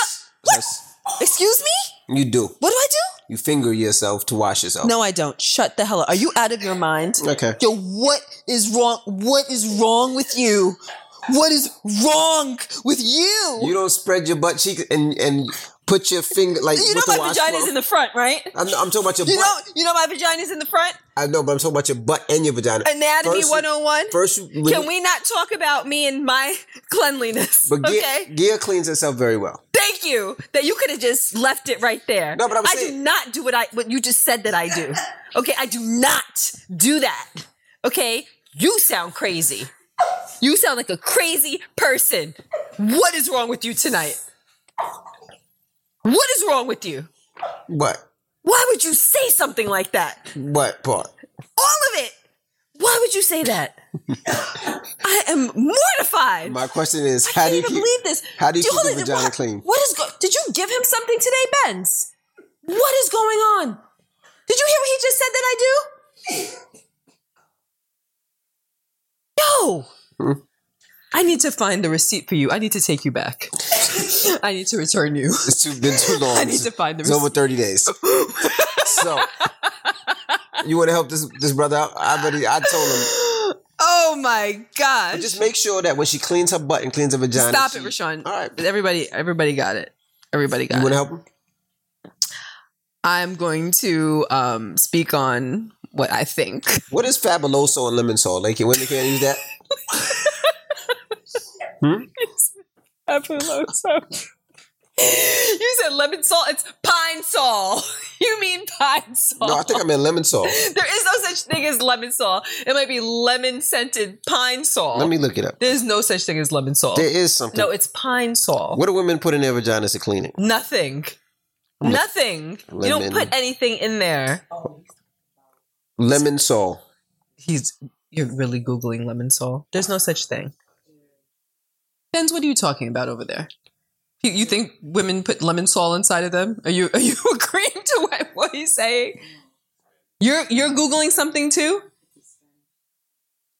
her s- Excuse me? you do. What do I do? You finger yourself to wash yourself. No, I don't. Shut the hell up. Are you out of your mind? Okay. Yo, what is wrong? What is wrong with you? What is wrong with you? You don't spread your butt cheeks and and put your finger like You know with the my vagina's washcloth. in the front, right? I'm, I'm talking about your You butt. know, you know my vagina's in the front. I know, but I'm talking about your butt and your vagina. Anatomy First you- 101. First, you, when Can you- we not talk about me and my cleanliness? But Gia, okay. Gia cleans herself very well. Thank you that you could have just left it right there. No, but I'm I do saying- not do what I what you just said that I do. Okay, I do not do that. Okay, you sound crazy. You sound like a crazy person. What is wrong with you tonight? What is wrong with you? What? Why would you say something like that? What part? All of it. Why would you say that? I am mortified. My question is, I how can't do you even keep? believe this. how do you keep hold your it, vagina what- clean? What is go- Did you give him something today, Benz? What is going on? Did you hear what he just said that I do? No. Hmm? I need to find the receipt for you. I need to take you back. I need to return you. It's too, been too long. I need to find the It's over receipt. thirty days. so You want to help this this brother out? I already I told him. Oh my But gosh. just make sure that when she cleans her butt and cleans her vagina, Stop she- it, Rashawn. All right, Everybody everybody got it. Everybody you got want it. to help him? I'm going to um speak on what I think. What is fabuloso and lemon salt? Like, women can't use that. Fabuloso. you said lemon salt. It's pine salt. You mean pine salt? No, I think I meant lemon salt. there is no such thing as lemon salt. It might be lemon scented pine salt. Let me look it up. There's no such thing as lemon salt. There is something. no, it's pine salt. what do women put in their vaginas to clean it? Nothing. Nothing. You don't Lemon. put anything in there. Lemon salt. He's you're really googling lemon salt. There's no such thing. Benz, what are you talking about over there? You, you think women put lemon salt inside of them? Are you are you agreeing to what, what he's saying? You're you're googling something too?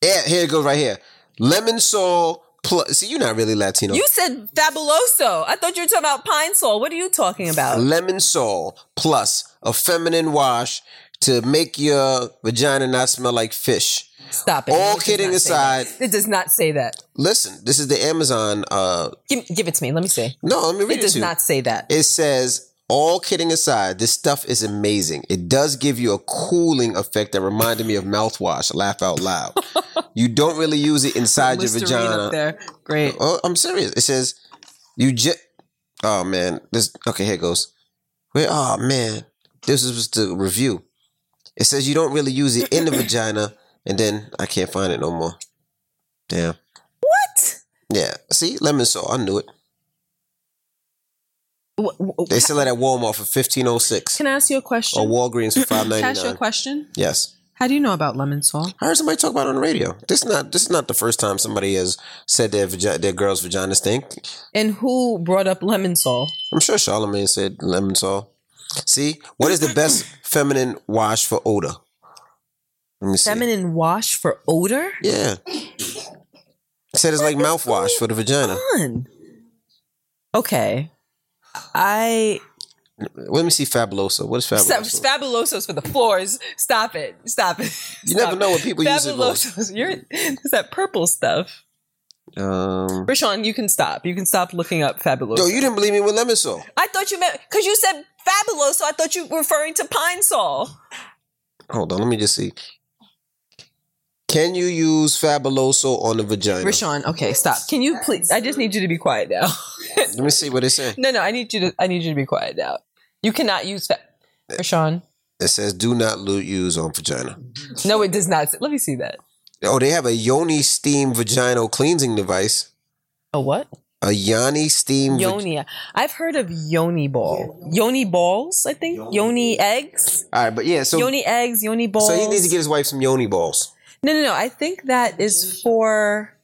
Yeah, here it goes right here. Lemon salt plus. See, you're not really Latino. You said fabuloso. I thought you were talking about pine salt. What are you talking about? lemon salt plus a feminine wash to make your vagina not smell like fish. Stop it. All It does kidding not say that. aside, It does not say that. listen. This is the Amazon. uh Give, give it to me. Let me see. No, let me read It it, does to you. not say that. It says, all kidding aside, this stuff is amazing. It does give you a cooling effect that reminded me of mouthwash. Laugh out loud. you don't really use it inside your Listerine up vagina. there. Great. Oh, I'm serious. It says, you just. Oh man, this. Okay, here it goes. Wait. Oh man, this is the review. It says you don't really use it in the vagina, and then I can't find it no more. Damn. What? Yeah. See, lemon salt. I knew it. Wh- wh- They sell it at Walmart for fifteen oh six. Can I ask you a question? or Walgreens for five Can I ninety ask you a nine. question? Yes, How do you know about lemon salt? I heard somebody talk about it on the radio. This is not this is not the first time somebody has said their vagi- their girl's vagina stink. And who brought up lemon salt? I'm sure Charlemagne said lemon salt. See, what is the best feminine wash for odor? Let me see. Feminine wash for odor? Yeah, said it's like mouthwash for the vagina. Fun. Okay. I Let me see Fabuloso. What is fabulosos. Fabuloso? fabulosos for the floors. Stop it. Stop it. You never Stop. know what people use it for. Fabulosos. You're it's that purple stuff. Um, Rashawn, you can stop. You can stop looking up fabuloso. yo, you didn't believe me with lemon salt. I thought you meant because you said fabuloso. I thought you were referring to pine sol. Hold on, let me just see. Can you use Fabuloso on the vagina? Rashawn, okay, stop. Can you please? I just need you to be quiet now. Let me see what it says. No, no, I need you to. I need you to be quiet now. You cannot use fa- Rashawn. It says do not lo- use on vagina. No, it does not. Let me see that. Oh, they have a Yoni steam vaginal cleansing device. A what? A Yoni steam. vag- Yoni. I've heard of yoni ball. Yoni balls, I think. Yoni, eggs. All right, but yeah, so yoni eggs. Yoni balls. so he needs to get his wife some Yoni balls. No, no, no. I think that is for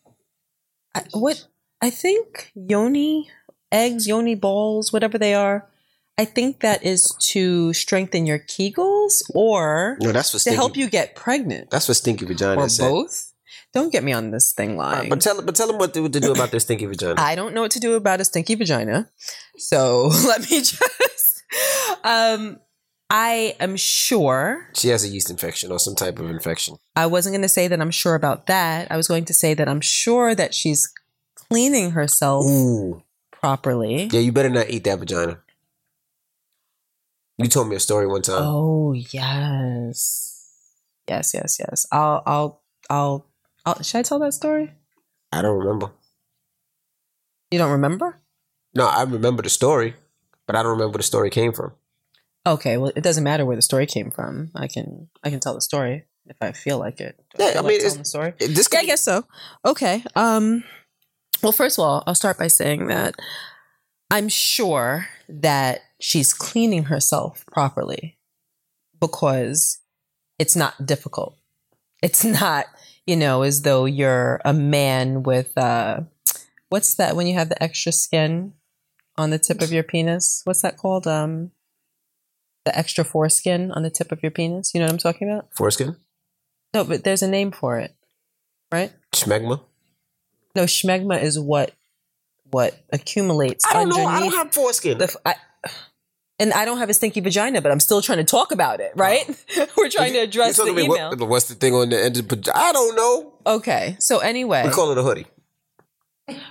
I- what I think yoni eggs, yoni balls, whatever they are. I think that is to strengthen your kegels or No, that's for to stinky. help you get pregnant That's for stinky vagina. or it said. both. Don't get me on this thing All lying. right, but tell but tell him what to, what to do about their stinky vagina. I don't know what to do about a stinky vagina. So let me just. Um, I am sure she has a yeast infection or some type of infection. I wasn't going to say that I'm sure about that. I was going to say that I'm sure that she's cleaning herself Ooh, properly. yeah, you better not eat that vagina. You told me a story one time. Oh yes, yes, yes, yes. I'll, I'll, I'll, I'll. Should I tell that story? I don't remember. You don't remember? No, I remember the story, but I don't remember where the story came from. Okay. Well, it doesn't matter where the story came from. I can, I can tell the story if I feel like it. Do Yeah, feel I like mean, telling it's- the story. It- This Yeah, could I guess so. Okay. Um well first of all, I'll start by saying that I'm sure that she's cleaning herself properly because it's not difficult. It's not, you know, as though you're a man with uh what's that when you have the extra skin on the tip of your penis? What's that called? Um the extra foreskin on the tip of your penis. You know what I'm talking about? foreskin, No, but there's a name for it. Right? schmegma. No, schmegma is what what accumulates underneath have foreskin. the. f- I, and I don't have a stinky vagina, but I'm still trying to talk about it, right? We're trying to address the You're talking email. to me, what- what's the thing on the end of the I don't know. Okay. So anyway, We call it a hoodie.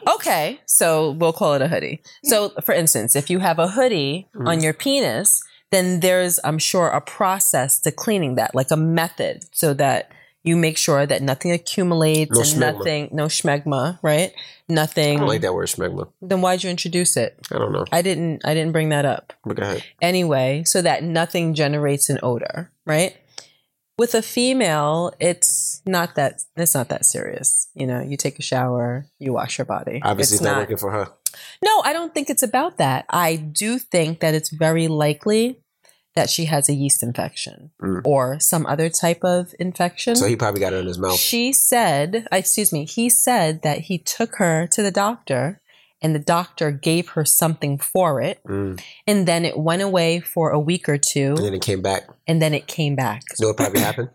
okay. So we'll call it a hoodie. So for instance, if you have a hoodie Mm. on your penis, then there's, I'm sure, a process to cleaning that, like a method, so that you make sure that nothing accumulates No and schmegma. nothing, no schmegma, right? I Nothing. don't like that word, schmegma. Then why'd you introduce it? I don't know. I didn't. I didn't bring that up. But go ahead. anyway so that nothing generates an odor right with a female it's not that it's not that serious you know you take a shower you wash your body Obviously, it's it's not working for her. no i don't think it's about that i do think that it's very likely that she has a yeast infection Mm. or some other type of infection So he probably got it in his mouth. she said, excuse me, he said that he took her to the doctor and the doctor gave her something for it. Mm. And then it went away for a week or two And then it came back. and then it came back. You know what probably happened?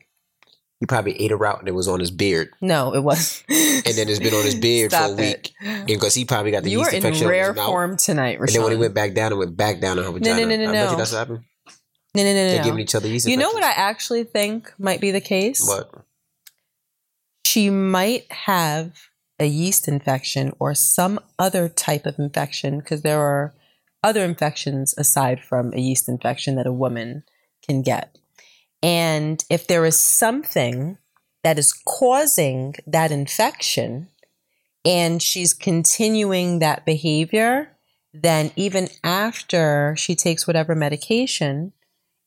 He probably ate a route and it was on his beard. No, it wasn't. And then it's been on his beard for a week. Because he probably got the You are yeast in infection. on his rare mouth. form tonight, Rashawn. And then when he went back down, it went back down in her vagina. no, no, I bet no. you that's what happened. no, no, They're no, no, giving no. each other yeast You know what I infections. actually think might be the case? What? She might have a yeast infection or some other type of infection because there are other infections aside from a yeast infection that a woman can get. And if there is something that is causing that infection and she's continuing that behavior, then even after she takes whatever medication,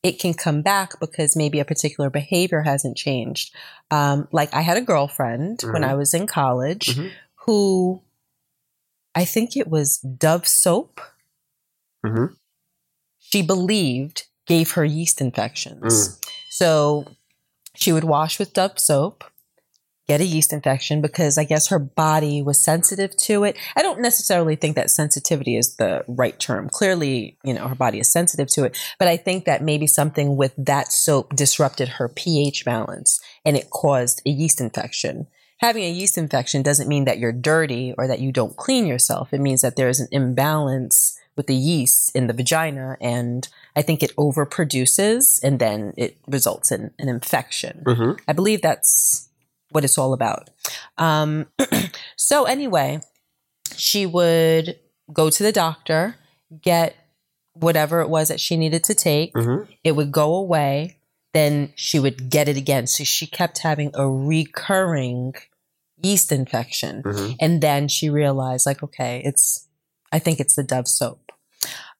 it can come back because maybe a particular behavior hasn't changed. Um, like I had a girlfriend when Mhm. I was in college Mhm. who I think it was Dove soap. Mhm. She believed gave her yeast infections. Mm. So she would wash with Dove soap, get a yeast infection because I guess her body was sensitive to it. I don't necessarily think that sensitivity is the right term. Clearly, you know, her body is sensitive to it, but I think that maybe something with that soap disrupted her pH balance and it caused a yeast infection. Having a yeast infection doesn't mean that you're dirty or that you don't clean yourself. It means that there is an imbalance with the yeast in the vagina and I think it overproduces and then it results in an infection. Mhm. I believe that's what it's all about. Um, so anyway, she would go to the doctor, get whatever it was that she needed to take. Mhm. It would go away. Then she would get it again. So she kept having a recurring yeast infection. Mhm. And then she realized, like, okay, it's, I think it's the Dove soap.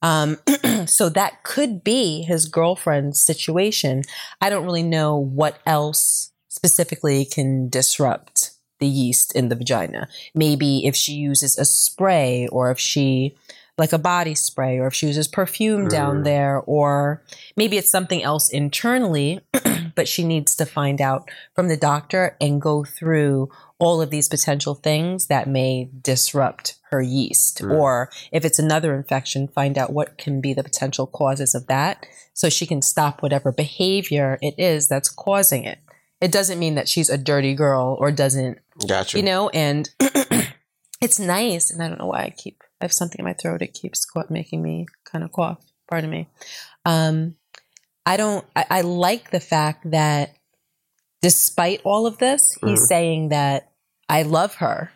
Um, so that could be his girlfriend's situation. I don't really know what else specifically can disrupt the yeast in the vagina. Maybe if she uses a spray or if she, like a body spray, or if she uses perfume down Mm. there, or maybe it's something else internally, but she needs to find out from the doctor and go through all of these potential things that may disrupt her yeast. Mm. Or if it's another infection, find out what can be the potential causes of that so she can stop whatever behavior it is that's causing it. It doesn't mean that she's a dirty girl or doesn't, Gotcha. you know, and it's nice. And I don't know why I keep, I have something in my throat. It keeps qu- making me kind of cough. Pardon me. Um, I don't, I, I like the fact that despite all of this, he's Mhm. saying that I love her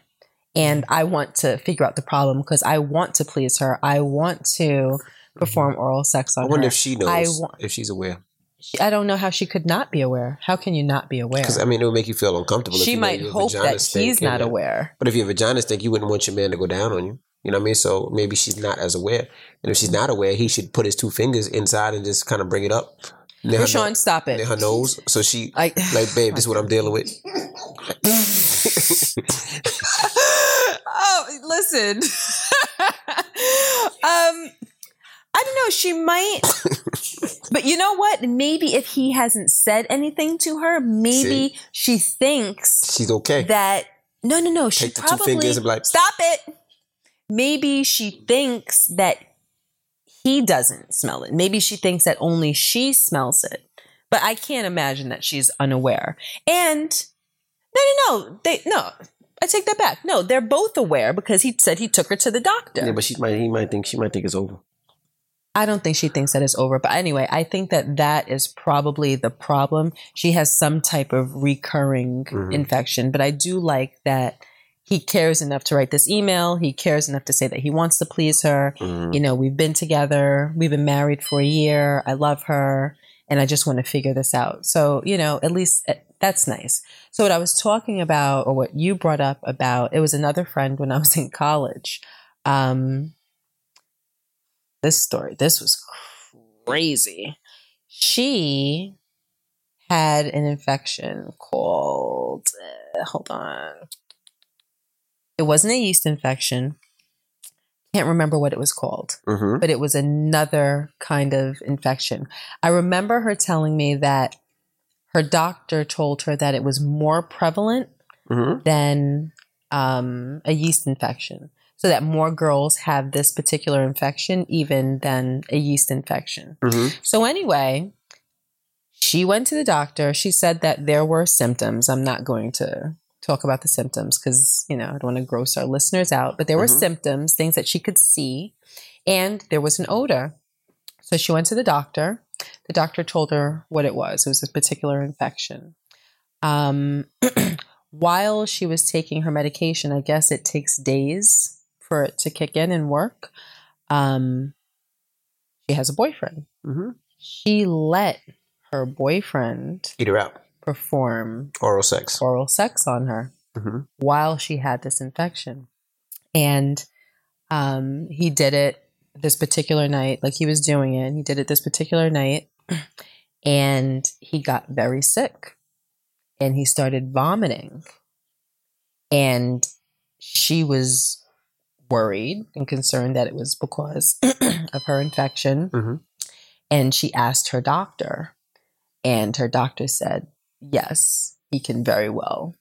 and I want to figure out the problem because I want to please her. I want to perform oral sex on Mm-hmm. I wonder her. if she knows. I wa- if she's aware. She- I don't know how she could not be aware. How can you not be aware? Because, I mean, it would make you feel uncomfortable. if She you know might your hope vagina that stink he's and not that- aware. But if your vagina stink, you wouldn't want your man to go down on you. You know what I mean? So maybe she's not as aware. And if she's not aware, he should put his two fingers inside and just kind of bring it up. Near her, Rashawn, uh, stop no- it. near her nose. So she, I, like, babe, this is what I'm dealing with. oh, listen. um, I don't know. She might, but you know what? Maybe if he hasn't said anything to her, maybe she thinks She's okay. that no, no, no. She Take the two probably fingers and be like- stop it. Maybe she thinks that he doesn't smell it. Maybe she thinks that only she smells it. But I can't imagine that she's unaware. And no, no, no. They no. I take that back. No, they're both aware because he said he took her to the doctor. yeah, but she might. He might think she might think it's over. I don't think she thinks that it's over. But anyway, I think that that is probably the problem. She has some type of recurring Mhm. infection. But I do like that he cares enough to write this email. He cares enough to say that he wants to please her. Mhm. You know, we've been together, we've been married for a year. I love her. And I just want to figure this out. So, you know, at least eh, that's nice. So, what I was talking about, or what you brought up about, it was another friend when I was in college. Um, this story. This was crazy. She had an infection called, uh, hold on. It wasn't a yeast infection. Can't remember what it was called, Mhm. but it was another kind of infection. I remember her telling me that her doctor told her that it was more prevalent Mhm. than um, a yeast infection. So that more girls have this particular infection even than a yeast infection. Mhm. So anyway, she went to the doctor. She said that there were symptoms. I'm not going to talk about the symptoms because you know I don't want to gross our listeners out. But there were Mhm. symptoms, things that she could see, and there was an odor. So she went to the doctor. The doctor told her what it was. It was a particular infection. Um, while she was taking her medication, I guess it takes days for it to kick in and work. Um, she has a boyfriend Mhm. she let her boyfriend Eat her out. perform Oral sex. oral sex on her Mhm. while she had this infection. And um, he did it this particular night, like he was doing it, and he did it this particular night, and he got very sick and he started vomiting. And she was worried and concerned that it was because of her infection. Mhm. And she asked her doctor, and her doctor said, Yes, he can very well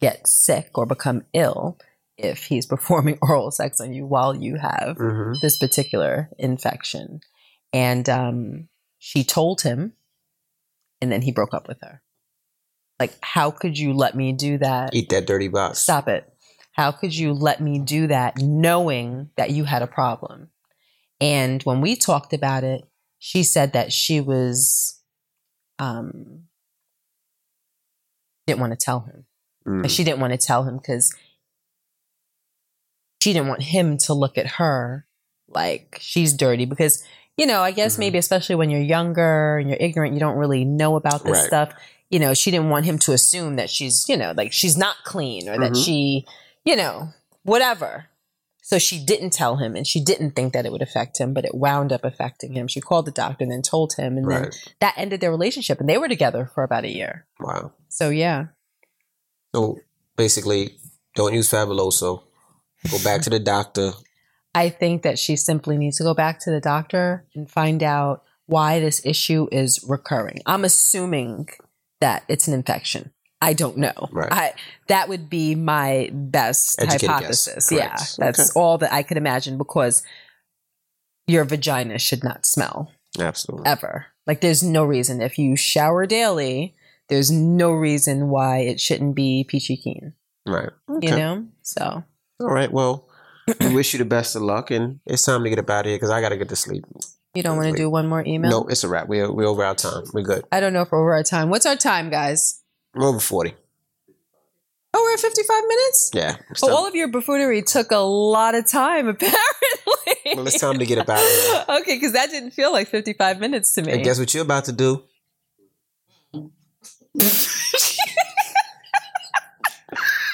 get sick or become ill if he's performing oral sex on you while you have Mhm. this particular infection. And um, she told him, and then he broke up with her. Like, how could you let me do that? Eat that dirty box. Stop it. How could you let me do that knowing that you had a problem? And when we talked about it, she said that she was, um, didn't want to tell him. Mm. But she didn't want to tell him because she didn't want him to look at her like she's dirty. Because, you know, I guess Mhm. maybe especially when you're younger and you're ignorant, you don't really know about this Right. stuff. You know, she didn't want him to assume that she's, you know, like she's not clean or that Mhm. she, you know, whatever. So she didn't tell him and she didn't think that it would affect him, but it wound up affecting him. She called the doctor and then told him, and then Right. that ended their relationship. And they were together for about a year. Wow. So, yeah. So basically, don't use Fabuloso. Go back to the doctor. I think that she simply needs to go back to the doctor and find out why this issue is recurring. I'm assuming that it's an infection. I don't know. Right. I, that would be my best Educated guess. hypothesis. Correct. Yeah, that's all that I could imagine because your vagina should not smell Absolutely. ever. Like, there's no reason if you shower daily. There's no reason why it shouldn't be peachy keen. Right. Okay. You know, so All right. Well, we wish you the best of luck, and it's time to get up out of here because I got to get to sleep. you don't want to Wait. do one more email. No, it's a wrap. We're, we're over our time. We're good. I don't know if we're over our time. What's our time, guys? We're over 40. Oh, we're at 55 minutes? Yeah. It's Oh, time- all of your buffoonery took a lot of time, apparently. well, it's uh, time to get up out of here. okay, because that didn't feel like 55 minutes to me. And guess what you're about to do?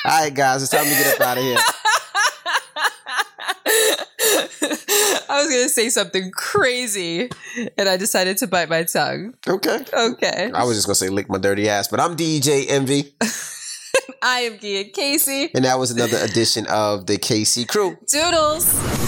All right, guys. It's time to get up out of here. I was going to say something crazy, and I decided to bite my tongue. Okay. Okay. I was just going to say lick my dirty ass, but I'm DJ Envy, I am Gia Casey. and that was another edition of the KC Crew. Doodles.